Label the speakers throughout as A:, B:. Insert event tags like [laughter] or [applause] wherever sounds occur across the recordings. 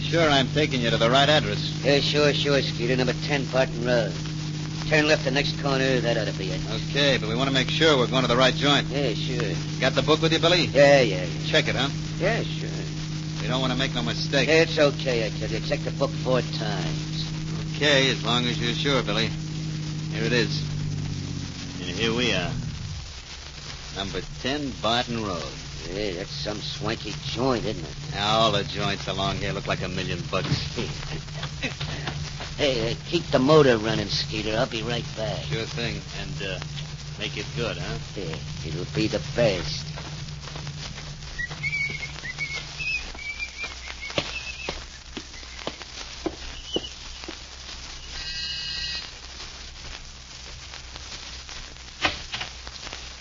A: sure I'm taking you to the right address.
B: Yeah, sure, sure, Skeeter. Number 10, Barton Road. Turn left the next corner. That ought to be it.
A: Okay, but we want to make sure we're going to the right joint.
B: Yeah, sure.
A: Got the book with you, Billy?
B: Yeah, yeah, yeah.
A: Check it, huh?
B: Yeah, sure.
A: We don't want to make no mistake.
B: It's okay, I tell you. Check the book four times.
A: Okay, as long as you're sure, Billy. Here it is. And here we are. Number 10 Barton Road.
B: Hey, that's some swanky joint, isn't it?
A: Now, all the joints along here look like a million bucks. [laughs]
B: Hey, hey, keep the motor running, Skeeter. I'll be right back.
A: Sure thing. And uh, make it good, huh?
B: Yeah, it'll be the best.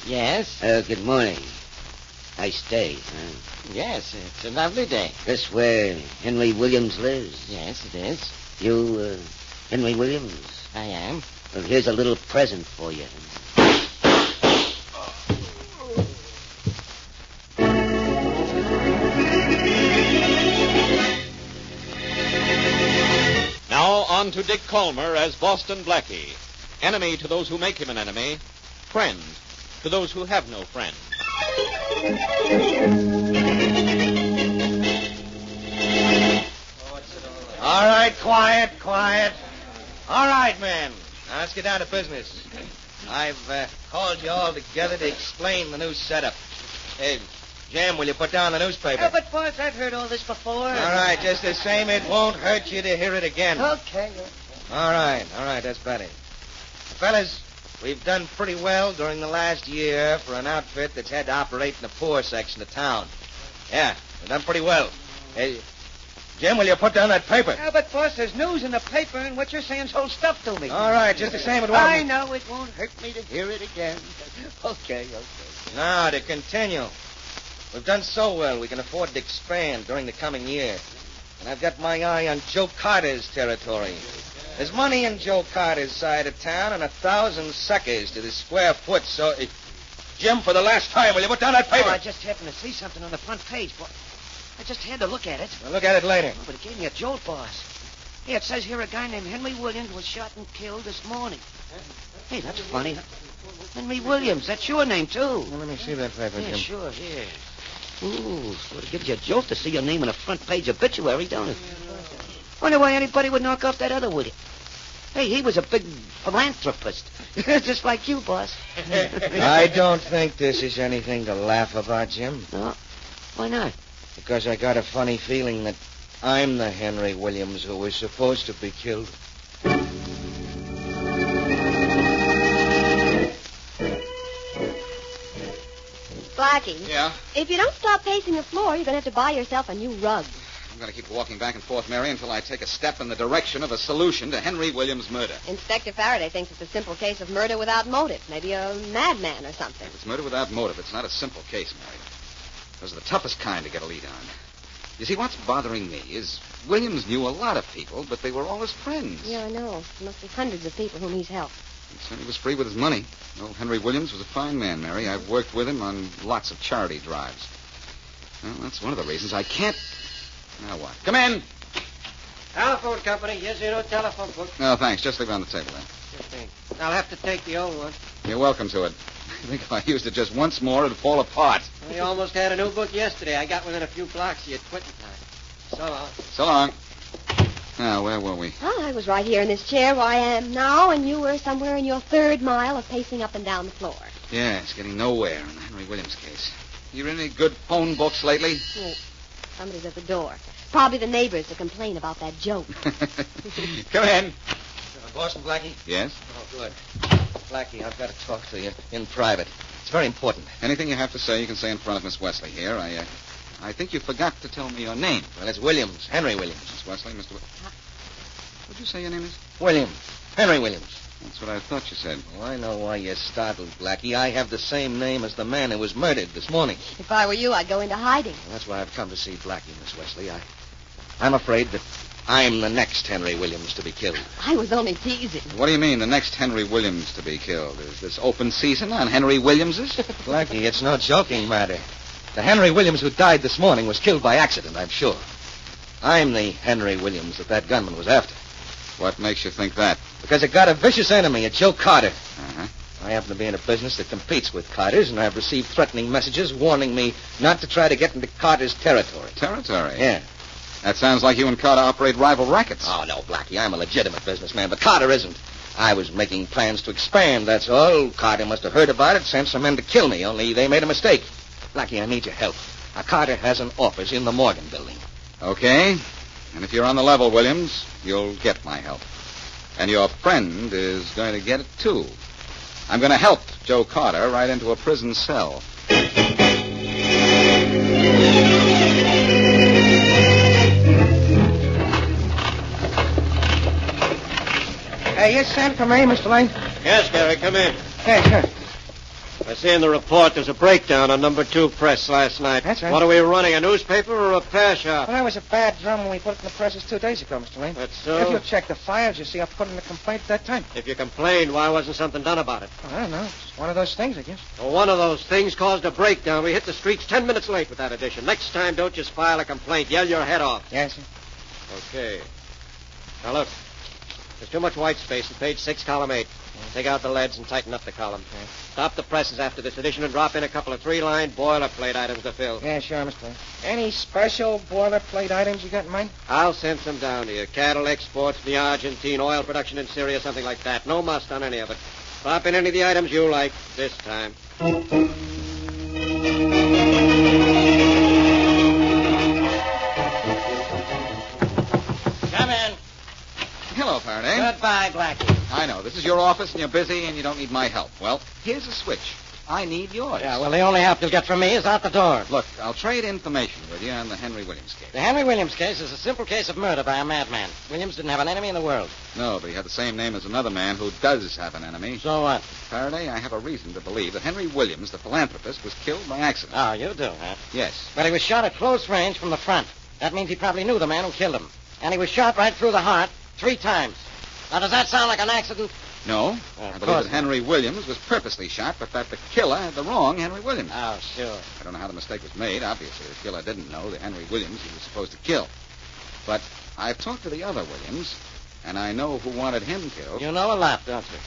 C: Yes?
B: Uh, good morning. Nice day, huh?
C: Yes, it's a lovely day.
B: This where Henry Williams lives.
C: Yes, it is.
B: You, uh, Henry Williams?
C: I am.
B: Well, here's a little present for you.
D: Now on to Dick Colmer as Boston Blackie. Enemy to those who make him an enemy, friend to those who have no friend.
E: All right, quiet, quiet. All right, men. Now let's get down to business. I've uh, called you all together to explain the new setup. Hey, Jim, will you put down the newspaper?
C: but, boss, I've heard all this before.
E: All right, just the same, it won't hurt you to hear it again.
C: Okay.
E: All right, all right, that's better. Fellas, we've done pretty well during the last year for an outfit that's had to operate in the poor section of town. Yeah, we've done pretty well. Hey, Jim, will you put down that paper?
C: but, boss, there's news in the paper, and what you're saying's whole stuff to me.
E: All right, just the same, it won't.
C: I know it won't hurt me to hear it again. [laughs] okay, okay.
E: Now, to continue. We've done so well, we can afford to expand during the coming year. And I've got my eye on Joe Carter's territory. There's money in Joe Carter's side of town and a thousand suckers to the square foot, so... It... Jim, for the last time, will you put down that paper?
C: Oh, I just happened to see something on the front page, boss. I just had to look at it.
E: Well, look at it later.
C: Oh, but it gave me a jolt, boss. Hey, it says here a guy named Henry Williams was shot and killed this morning. Hey, that's funny. Henry Williams, that's your name, too.
E: let me see that paper,
C: Yeah, sure, here. Ooh, sort of gives you a jolt to see your name in a front page obituary, don't it? Wonder why anybody would knock off that other William. Hey, he was a big philanthropist, [laughs] just like you, boss.
E: [laughs] I don't think this is anything to laugh about, Jim,
C: No, why not?
E: because I got a funny feeling that I'm the Henry Williams who was supposed to be killed.
F: Blackie,
A: Yeah?
F: if you don't stop pacing the floor, you're going to have to buy yourself a new rug.
A: I'm going to keep walking back and forth, Mary, until I take a step in the direction of a solution to Henry Williams' murder.
F: Inspector Faraday thinks it's a simple case of murder without motive. Maybe a madman or something.
A: If it's murder without motive, it's not a simple case, Mary. Those are the toughest kind to get a lead on. You see, what's bothering me is Williams knew a lot of people, but they were all his friends.
F: Yeah, I know. There must be hundreds of people whom he's helped.
A: He certainly was free with his money. Old Henry Williams was a fine man, Mary. I've worked with him on lots of charity drives. Well, that's one of the reasons I can't. Now what? Come in.
C: Telephone company, yes, zero telephone book.
A: No, thanks. Just leave it on the table there.
C: I'll have to take the old one.
A: You're welcome to it. [laughs] I think if I used it just once more, it'd fall apart.
C: We almost had a new book yesterday. I got within a few blocks of you at quitting time. So uh, long.
A: So long. Now, where were we?
F: Well, Ah, I was right here in this chair where I am now, and you were somewhere in your third mile of pacing up and down the floor.
A: Yeah, it's getting nowhere in the Henry Williams case. You read any good phone books lately? [laughs]
F: Oh, somebody's at the door. Probably the neighbors to complain about that joke.
A: Come in.
C: Uh,
E: Boston Blackie?
A: Yes?
E: Oh, good. Blackie, I've got to talk to you in private. It's very important.
A: Anything you have to say, you can say in front of Miss Wesley here. I, uh, I think you forgot to tell me your name.
E: Well, it's Williams, Henry Williams.
A: Miss Wesley, Mr. Wi- What'd you say your name is?
E: Williams. Henry Williams.
A: That's what I thought you said.
E: Oh, I know why you're startled, Blackie. I have the same name as the man who was murdered this morning.
F: If I were you, I'd go into hiding.
E: Well, that's why I've come to see Blackie, Miss Wesley. I, I'm afraid that I'm the next Henry Williams to be killed.
F: I was only teasing.
A: What do you mean, the next Henry Williams to be killed? Is this open season on Henry
E: [laughs]
A: Williamses?
E: Blackie, it's no joking matter. The Henry Williams who died this morning was killed by accident, I'm sure. I'm the Henry Williams that that gunman was after.
C: What makes you think that?
E: Because I got a vicious enemy, a Joe Carter.
C: Uh-huh.
E: I happen to be in a business that competes with Carter's, and I've received threatening messages warning me not to try to get into Carter's territory.
C: Territory.
E: Yeah.
C: That sounds like you and Carter operate rival rackets.
E: Oh, no, Blackie. I'm a legitimate businessman, but Carter isn't. I was making plans to expand, that's all. Carter must have heard about it, sent some men to kill me, only they made a mistake. Blackie, I need your help. Now, Carter has an office in the Morgan building.
C: Okay. And if you're on the level, Williams, you'll get my help. And your friend is going to get it, too. I'm going to help Joe Carter right into a prison cell.
E: Hey, you sent for me, Mr. Lane?
D: Yes, Gary, come in.
E: Hey, sure.
D: I see in the report there's a breakdown on number two press last night.
E: That's right.
D: What are we running, a newspaper or a repair shop?
E: Well, that was a bad drum when we put it in the presses two days ago, Mr. Lane.
D: That's
E: If
D: so.
E: you check the files, you see I put in a complaint at that time.
D: If you complained, why wasn't something done about it?
E: Well, I don't know. It's one of those things, I guess.
D: Well, one of those things caused a breakdown. We hit the streets ten minutes late with that edition. Next time, don't just file a complaint. Yell your head off.
E: Yes, sir.
D: Okay. Now look. There's too much white space in page six, column eight. Take out the leads and tighten up the column. Stop the presses after this edition and drop in a couple of three-line boilerplate items to fill.
E: Yeah, sure, Mr. Lane. Any special boilerplate items you got in mind?
D: I'll send some down to you. Cattle exports from the Argentine, oil production in Syria, something like that. No must on any of it. Drop in any of the items you like this time.
E: Come in.
C: Hello, Faraday.
G: Goodbye, Blackie.
C: I know. This is your office, and you're busy, and you don't need my help. Well, here's a switch. I need yours.
G: Yeah, well, the only help you'll get from me is out the door.
C: Look, I'll trade information with you on the Henry Williams case.
G: The Henry Williams case is a simple case of murder by a madman. Williams didn't have an enemy in the world.
C: No, but he had the same name as another man who does have an enemy.
G: So what?
C: Faraday, I have a reason to believe that Henry Williams, the philanthropist, was killed by accident.
D: Ah,
G: Oh, you do, huh?
C: Yes.
G: But he was shot at close range from the front. That means he probably knew the man who killed him. And he was shot right through the heart three times. Now, does that sound like an accident?
C: No.
G: Oh,
C: I
G: of
C: believe
G: course
C: that Henry Williams was purposely shot, but that the killer had the wrong Henry Williams.
G: Oh, sure.
C: I don't know how the mistake was made. Obviously, the killer didn't know the Henry Williams he was supposed to kill. But I've talked to the other Williams, and I know who wanted him killed.
G: You know a lot, don't you?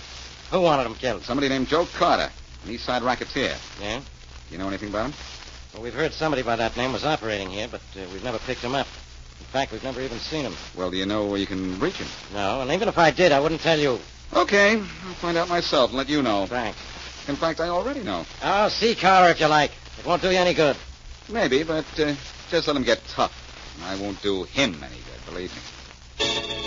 G: Who wanted him killed?
C: Somebody named Joe Carter, an East Side racketeer.
G: Yeah?
C: You know anything about him?
G: Well, we've heard somebody by that name was operating here, but uh, we've never picked him up. In fact, we've never even seen him.
C: Well, do you know where you can reach him?
G: No, and even if I did, I wouldn't tell you.
C: Okay, I'll find out myself and let you know.
G: Frank.
C: In fact, I already know.
G: Oh, see Carter if you like. It won't do you any good.
C: Maybe, but uh, just let him get tough. And I won't do him any good, believe me.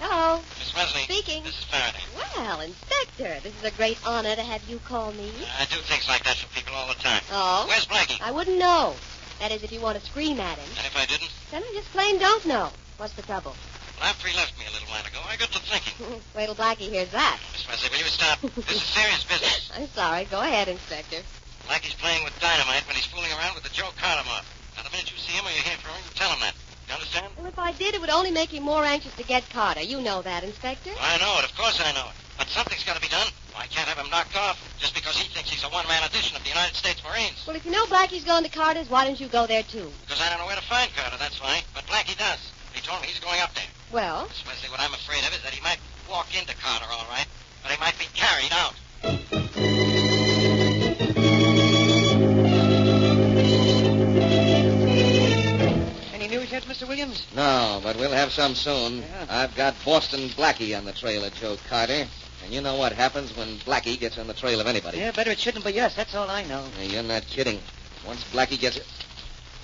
F: Hello.
G: Miss Wesley.
F: Speaking.
G: This is Faraday.
F: Well, Inspector, this is a great honor to have you call me.
G: I do things like that for people all the time.
F: Oh?
G: Where's Blackie?
F: I wouldn't know. That is, if you want to scream at him.
G: And if I didn't?
F: Then I just plain don't know. What's the trouble? [laughs]
G: Well, after he left me a little while ago, I got to thinking.
F: Wait till Blackie hears that.
G: Miss Wesley, will you stop? this is serious business.
F: I'm sorry. Go ahead, Inspector.
G: Blackie's playing with dynamite when he's fooling around with the Joe Carter mob. Now, the minute you see him or you hear from him, you tell him that. You understand?
F: Well, if I did, it would only make you more anxious to get Carter. You know that, Inspector.
G: Well, I know it. Of course I know it. But something's got to be done. I can't have him knocked off just because he thinks he's a one-man edition of the United States Marines.
F: Well, if you know Blackie's going to Carter's, why don't you go there, too?
G: Because I don't know where to find Carter, that's why. But Blackie does. He told me he's going up there.
F: Well,
G: Miss Wesley, what I'm afraid of is that he might walk into Carter, all right, but he might be carried out.
E: Any news yet, Mr. Williams?
G: No, but we'll have some soon. I've got Boston Blackie on the trail of Joe Carter. And you know what happens when Blackie gets on the trail of anybody.
E: Yeah, better it shouldn't, but yes, that's all I know.
G: Hey, You're not kidding. Once Blackie gets it.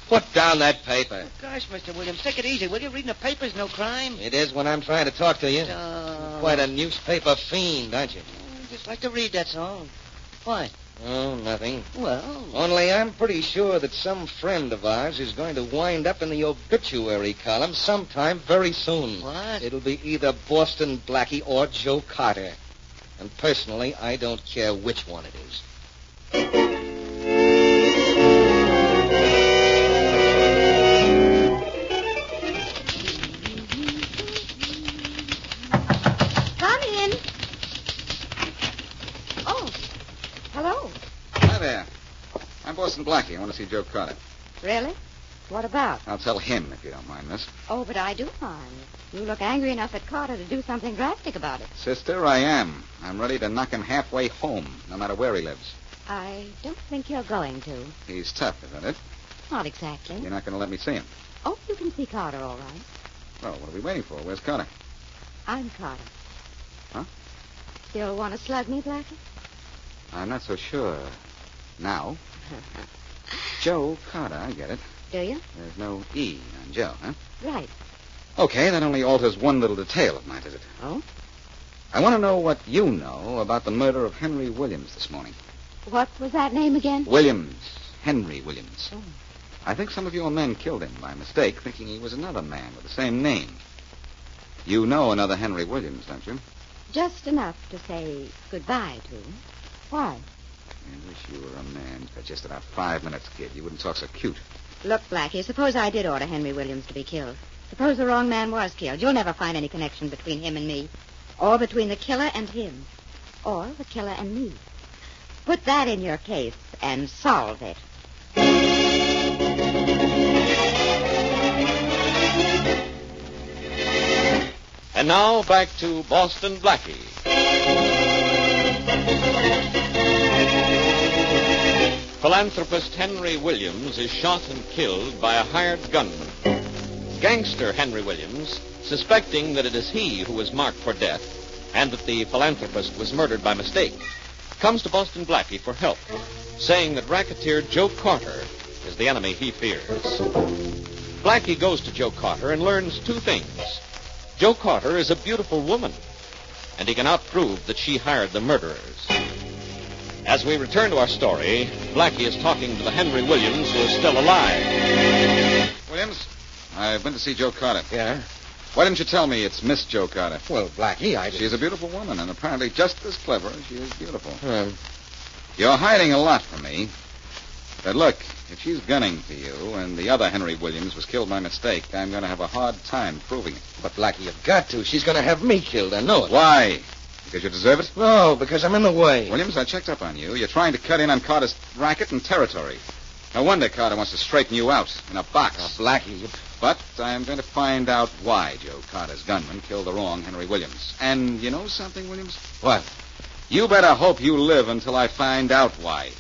G: Put down that paper.
E: Gosh, Mr. Williams, take it easy, will you? Reading the paper's no crime.
G: It is when I'm trying to talk to you.
E: Oh.
G: Quite a newspaper fiend, aren't you?
E: Just like to read, that's all. Why?
G: Oh, nothing.
E: Well,
G: Only I'm pretty sure that some friend of ours is going to wind up in the obituary column sometime very soon.
E: What?
G: It'll be either Boston Blackie or Joe Carter. And personally, I don't care which one it is.
F: come in. Oh,
C: Alice and Blackie. I want to see Joe Carter.
F: Really? What about?
C: I'll tell him if you don't mind, miss.
F: Oh, but I do mind. You look angry enough at Carter to do something drastic about it.
C: Sister, I am. I'm ready to knock him halfway home, no matter where he lives.
F: I don't think you're going to.
C: He's tough, isn't it?
F: Not exactly.
C: You're not going to let me see him.
F: Oh, you can see Carter all right.
C: Well, what are we waiting for? Where's Carter?
F: I'm Carter.
C: Huh?
F: Still want to slug me, Blackie?
C: I'm not so sure. [laughs] Now. Joe Carter, I get it.
F: Do you?
C: There's no E on Joe, huh?
F: Right.
C: Okay, that only alters one little detail of my visit.
F: Oh?
C: I want to know what you know about the murder of Henry Williams this morning.
F: What was that name again?
C: Williams. Henry Williams. I think some of your men killed him by mistake, thinking he was another man with the same name. You know another Henry Williams, don't you?
F: Just enough to say goodbye to. Why?
C: I wish you were a man for just about five minutes, kid. You wouldn't talk so cute.
F: Look, Blackie, suppose I did order Henry Williams to be killed. Suppose the wrong man was killed. You'll never find any connection between him and me. Or between the killer and him. Or the killer and me. Put that in your case and solve it.
H: And now back to Boston Blackie. Philanthropist Henry Williams is shot and killed by a hired gunman. Gangster Henry Williams, suspecting that it is he who is marked for death and that the philanthropist was murdered by mistake, comes to Boston Blackie for help, saying that racketeer Joe Carter is the enemy he fears. Blackie goes to Joe Carter and learns two things. Joe Carter is a beautiful woman, and he cannot prove that she hired the murderers. As we return to our story, Blackie is talking to the Henry Williams who is still alive.
C: Williams, I've been to see Joe Carter.
I: Yeah?
C: Why didn't you tell me it's Miss Joe Carter?
I: Well, Blackie, I
C: She's a beautiful woman, and apparently just as clever as she is beautiful.
I: Um,
C: You're hiding a lot from me. But look, if she's gunning for you and the other Henry Williams was killed by mistake, I'm going to have a hard time proving it.
I: but, Blackie, you've got to. She's going to have me killed. I know it.
C: Why? Because you deserve it?
G: Oh,
I: No, because I'm in the way.
C: Williams, I checked up on you. You're trying to cut in on Carter's racket and territory. No wonder Carter wants to straighten you out in a box.
I: Blackie, you...
C: But I'm going to find out why Joe Carter's gunman killed the wrong Henry Williams. And you know something, Williams?
I: What?
C: You better hope you live until I find out why.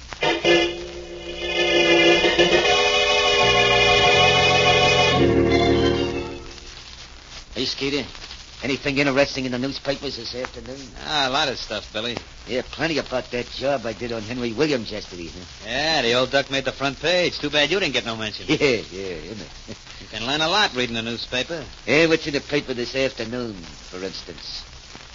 G: Hey, Skeeter, anything interesting in the newspapers this afternoon?
E: Ah, a lot of stuff, Billy.
G: Yeah, plenty about that job I did on Henry Williams yesterday. Huh?
E: Yeah, the old duck made the front page. Too bad you didn't get no mention.
G: Yeah, yeah, isn't it?
E: You can learn a lot reading the newspaper.
G: hey, what's in the paper this afternoon, for instance?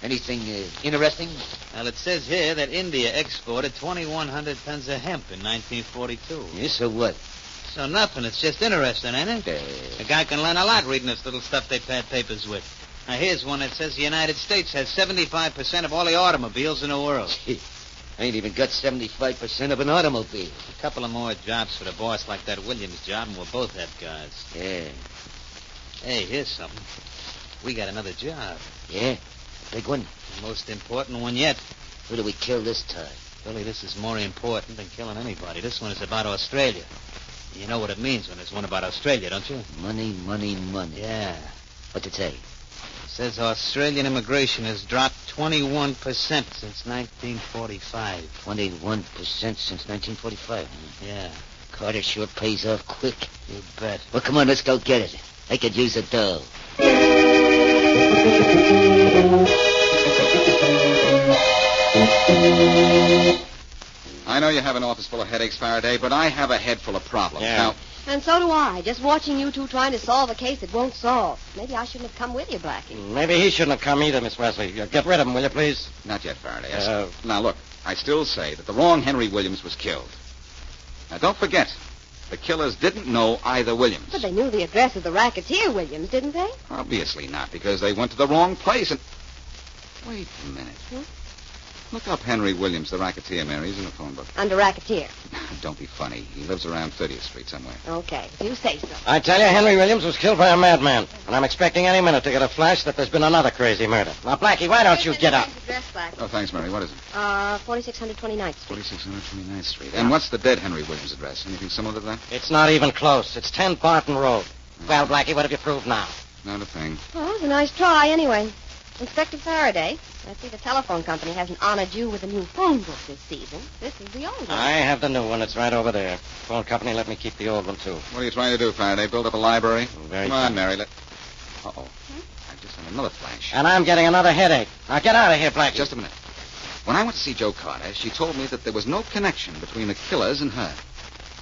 G: Anything uh, interesting?
E: Well, it says here that India exported 2,100 tons of hemp in 1942.
G: Yes, so what?
E: So nothing. It's just interesting, ain't it?
G: Uh,
E: A guy can learn a lot reading this little stuff they pad papers with. Now, here's one that says the United States has 75% of all the automobiles in the world.
G: I ain't even got 75% of an automobile.
E: A couple of more jobs for the boss like that Williams job, and we'll both have cars.
G: Yeah,
E: Hey, here's something. We got another job.
G: yeah. Big one.
E: The most important one yet.
G: Who do we kill this time?
E: Billy, this is more important than killing anybody. This one is about Australia. You know what it means when it's one about Australia, don't you?
G: Money, money, money.
E: Yeah.
G: What's it say?
E: Says Australian immigration has dropped 21% since 1945.
G: 21% since 1945. huh?
E: Yeah,
G: Carter sure pays off quick.
E: you bet.
G: Well, come on, let's go get it. I could use a dough.
C: I know you have an office full of headaches, Faraday, but I have a head full of problems.
E: Yeah.
C: Now,
J: And so do I, just watching you two trying to solve a case it won't solve. Maybe I shouldn't have come with you, Blackie.
K: Maybe he shouldn't have come either, Miss Wesley. Uh, Get rid of him, will you, please?
C: Not yet, Faraday. I-
K: Uh,
C: now, look, I still say that the wrong Henry Williams was killed. Now, don't forget, the killers didn't know either Williams.
J: But they knew the address of the racketeer, Williams, didn't they? Hmm?
C: Obviously not, because they went to the wrong place and... Wait a minute. Look up Henry Williams, the racketeer, Mary. He's in the phone book.
F: Under racketeer.
C: [laughs] Don't be funny. He lives around 30th Street somewhere.
F: Okay, if you say so.
G: I tell you, Henry Williams was killed by a madman. And I'm expecting any minute to get a flash that there's been another crazy murder. Now, Blackie, why don't you get up?
F: Address, Blackie.
C: Oh, thanks, Mary. What is it?
F: Uh, 4629th Street.
C: 4629th Street. And what's the dead Henry Williams address? Anything similar to that?
G: It's not even close. It's 10 Barton Road. Well, Blackie, what have you proved now?
C: Not a thing.
F: Well, that was a nice try, anyway. Inspector Faraday, I see the telephone company hasn't honored you with a new phone book this season. This is the old one.
G: I have the new one. It's right over there. Phone company let me keep the old one, too.
C: What are you trying to do, Faraday? Build up a library?
G: Very
C: Come on,
G: good.
C: Mary. Let... Uh-oh. I've just had another flash.
G: And I'm getting another headache. Now, get out of here, Blackie.
C: Just a minute. When I went to see Joe Carter, she told me that there was no connection between the killers and her.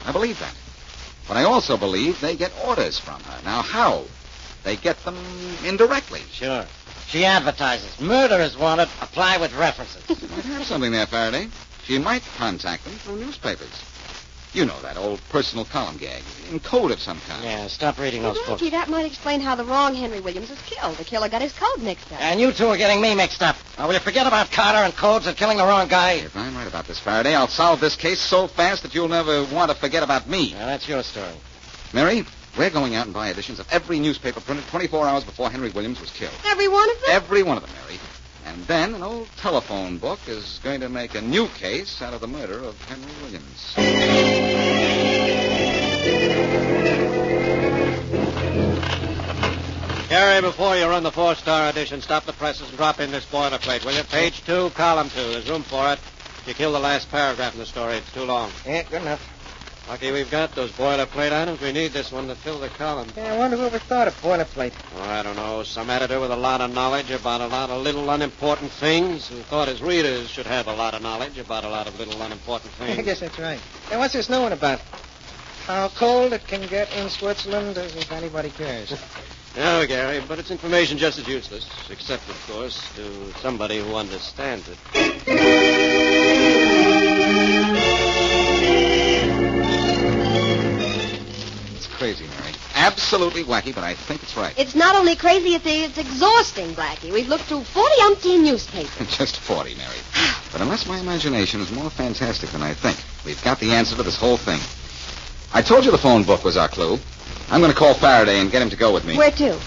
C: I believe that. But I also believe they get orders from her. Now, how? They get them indirectly.
G: Sure. She advertises. Murder is wanted. Apply with references.
C: She might have something there, Faraday. She might contact them through newspapers. You know that old personal column gag. In code of some kind.
G: [laughs] yeah, stop reading those books.
F: Blackie, that might explain how the wrong Henry Williams was killed. The killer got his code mixed up.
G: And you two are getting me mixed up. Now, will you forget about Carter and Codes and killing the wrong guy?
C: If I'm right about this, Faraday, I'll solve this case so fast that you'll never want to forget about me.
G: Now, that's your story.
C: Mary, we're going out and buy editions of every newspaper printed 24 hours before Henry Williams was killed.
F: Every one of them?
C: Every one of them, Mary. And then an old telephone book is going to make a new case out of the murder of Henry Williams.
D: Gary, before you run the four-star edition, stop the presses and drop in this boilerplate, will you? Page two, column two. There's room for it. You kill the last paragraph in the story. It's too long.
E: Yeah, good enough.
D: Lucky we've got those boilerplate items. We need this one to fill the column.
E: Yeah, I wonder who ever thought of boilerplate.
D: Oh, I don't know. Some editor with a lot of knowledge about a lot of little unimportant things who thought his readers should have a lot of knowledge about a lot of little unimportant
E: [laughs]
D: things.
E: I guess that's right. Now, what's this new one about? How cold it can get in Switzerland, as if anybody cares.
D: No, Gary, but it's information just as useless, except, of course, to somebody who understands it.
C: It's crazy, Mary. Absolutely wacky, but I think it's right.
F: It's not only crazy, it's, it's exhausting, Blackie. We've looked through 40 umpteen newspapers.
C: [laughs] Just 40, Mary. But unless my imagination is more fantastic than I think, we've got the answer to this whole thing. I told you the phone book was our clue. I'm going to call Faraday and get him to go with me
F: Where to?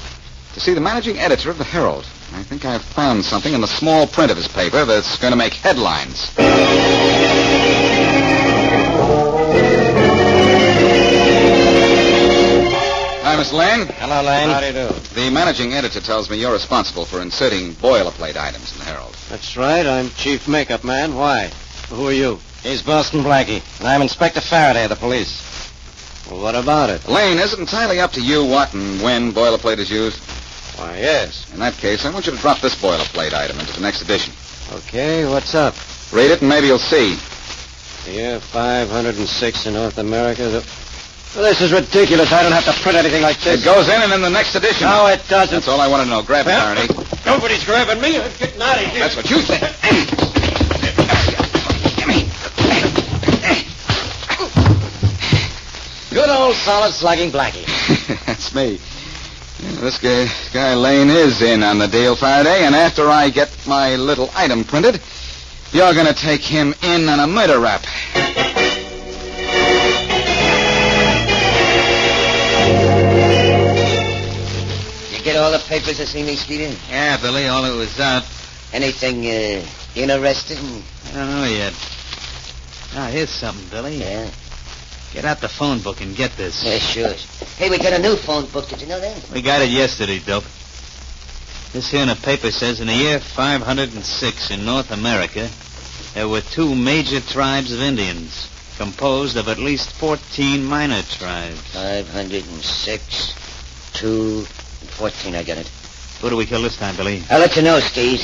C: to see the managing editor of the Herald. I think I've found something in the small print of his paper that's going to make headlines. Hi, Miss Lane.
G: Hello, Lane.
D: How do you do?
C: The managing editor tells me you're responsible for inserting boilerplate items in the Herald.
D: That's right. I'm chief makeup man. Why? Who are you?
G: He's Boston Blackie, and I'm Inspector Faraday of the police.
D: Well, what about it?
C: Lane, is it entirely up to you what and when boilerplate is used?
D: Why, yes.
C: In that case, I want you to drop this boilerplate item into the next edition.
D: Okay, what's up?
C: Read it, and maybe you'll see.
D: The year 506 in North America. The... Well, this is ridiculous. I don't have to print anything like
C: It
D: this.
C: goes in and in the next edition.
D: No, it doesn't.
C: That's all I want to know. Grab it,
D: Well-
C: Faraday.
D: Nobody's grabbing me. I'm getting out of here.
C: That's what you think.
G: Good old solid slugging Blackie.
C: [laughs] That's me. Yeah, this guy, guy Lane is in on the deal Faraday, and after I get my little item printed, you're going to take him in on a murder rap.
L: You get all the papers that see me sneak in?
E: Yeah, Billy, all it was up.
L: Anything uh, interesting?
E: I don't know yet. Ah, here's something, Billy.
L: Yeah.
E: Get out the phone book and get this.
L: Yeah, sure. Hey, we got a new phone book. Did you know that?
E: We got it yesterday, Dope. This here in the paper says in the year 506 in North America, there were two major tribes of Indians, composed of at least 14 minor tribes.
L: 506, 2, 14. I got it.
E: Who do we kill this time, Billy?
L: I'll let you know, Steve.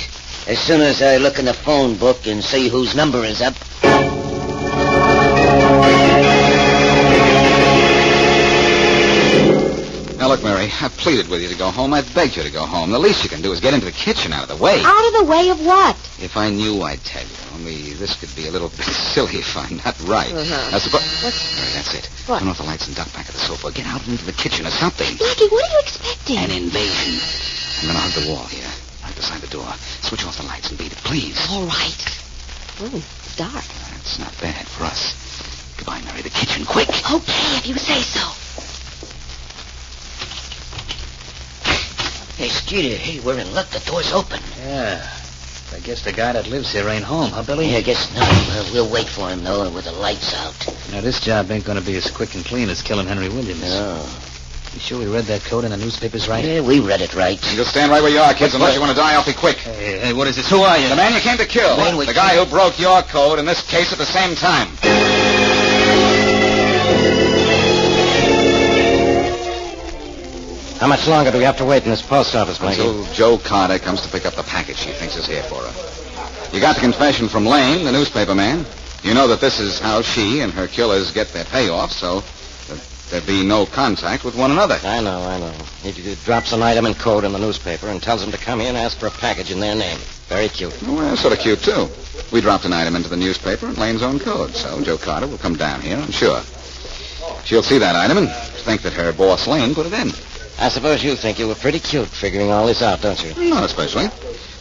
L: As soon as I look in the phone book and see whose number is up.
C: Now, look, Mary, I pleaded with you to go home. I begged you to go home. The least you can do is get into the kitchen out of the way.
F: Out of the way of what?
C: If I knew, I'd tell you. Only this could be a little bit [laughs] silly if I'm not right.
F: Uh-huh.
C: I suppose.
F: What's-
C: Mary, that's it.
F: What?
C: Turn off the lights and duck back at the sofa. Get out into the kitchen or something.
F: Blackie, what are you expecting?
C: An invasion. I'm going to hug the wall here, right beside the door. Switch off the lights and beat it, please.
F: All right. Ooh, Oh, it's dark.
C: That's not bad for us. Goodbye, Mary. The kitchen, quick.
F: Okay, if you say so.
L: Hey, Skeeter, hey, we're in luck. The door's open.
E: Yeah. I guess the guy that lives here ain't home, huh, Billy?
L: Yeah, I guess not. Well, we'll wait for him, though, with the lights out.
E: Now, this job ain't gonna be as quick and clean as killing Henry Williams.
L: No.
E: You sure we read that code in the newspapers right?
L: Oh. Yeah, we read it right.
C: You just stand right where you are, kids, unless you want to die awfully quick.
E: Hey, hey, what is this? Who are you?
C: The man you came to kill.
L: The man we
C: the guy who broke your code in this case at the same time.
G: How much longer do we have to wait in this post office, Blackie?
C: Until Joe Carter comes to pick up the package he thinks is here for her. You got the confession from Lane, the newspaper man. You know that this is how she and her killers get their payoff, so that there'd be no contact with one another.
G: I know, I know. He d- drops an item and code in the newspaper and tells them to come here and ask for a package in their name. Very cute.
C: Well, sort of cute, too. We dropped an item into the newspaper in Lane's own code, so Joe Carter will come down here, I'm sure. She'll see that item and think that her boss, Lane, put it in.
G: I suppose you think you were pretty cute figuring all this out, don't you?
C: Not especially.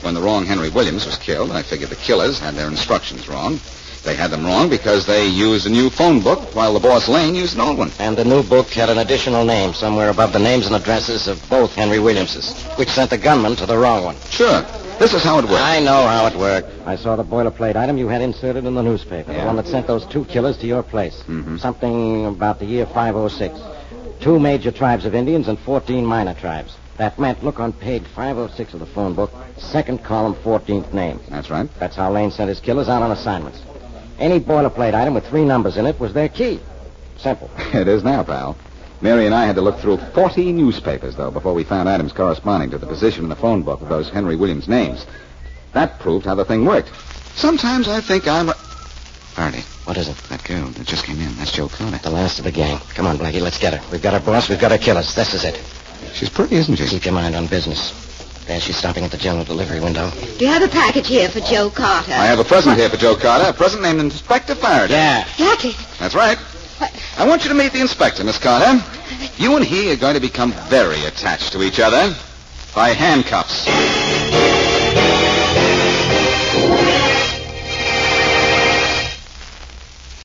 C: When the wrong Henry Williams was killed, I figured the killers had their instructions wrong. They had them wrong because they used a new phone book while the boss Lane used an old one.
G: And the new book had an additional name somewhere above the names and addresses of both Henry Williamses, which sent the gunman to the wrong one.
C: Sure. This is how it works.
G: I know how it worked. I saw the boilerplate item you had inserted in the newspaper, the one that sent those two killers to your place.
C: Mhm.
G: Something about the year 506. Two major tribes of Indians and 14 minor tribes. That meant, look on page 506 of the phone book, second column, 14th name.
C: That's right. [laughs]
G: That's how Lane sent his killers out on assignments. Any boilerplate item with three numbers in it was their key. Simple.
C: It is now, pal. Mary and I had to look through 40 newspapers, though, before we found items corresponding to the position in the phone book of those Henry Williams names. That proved how the thing worked. Sometimes I think I'm. a- Faraday,
G: What is it?
C: that girl that just came in, that's Joe Carter.
G: The last of the gang. Come on, Blackie, let's get her. We've got her boss, we've got her killers. This is it.
C: She's pretty, isn't she?
G: Keep your mind on business. There she's stopping at the general delivery window.
M: Do you have a package here for Joe Carter?
C: I have a present here for Joe Carter, a present named Inspector Faraday.
G: Yeah.
M: Blackie.
C: That's right. I want you to meet the inspector, Miss Carter. You and he are going to become very attached to each other by handcuffs.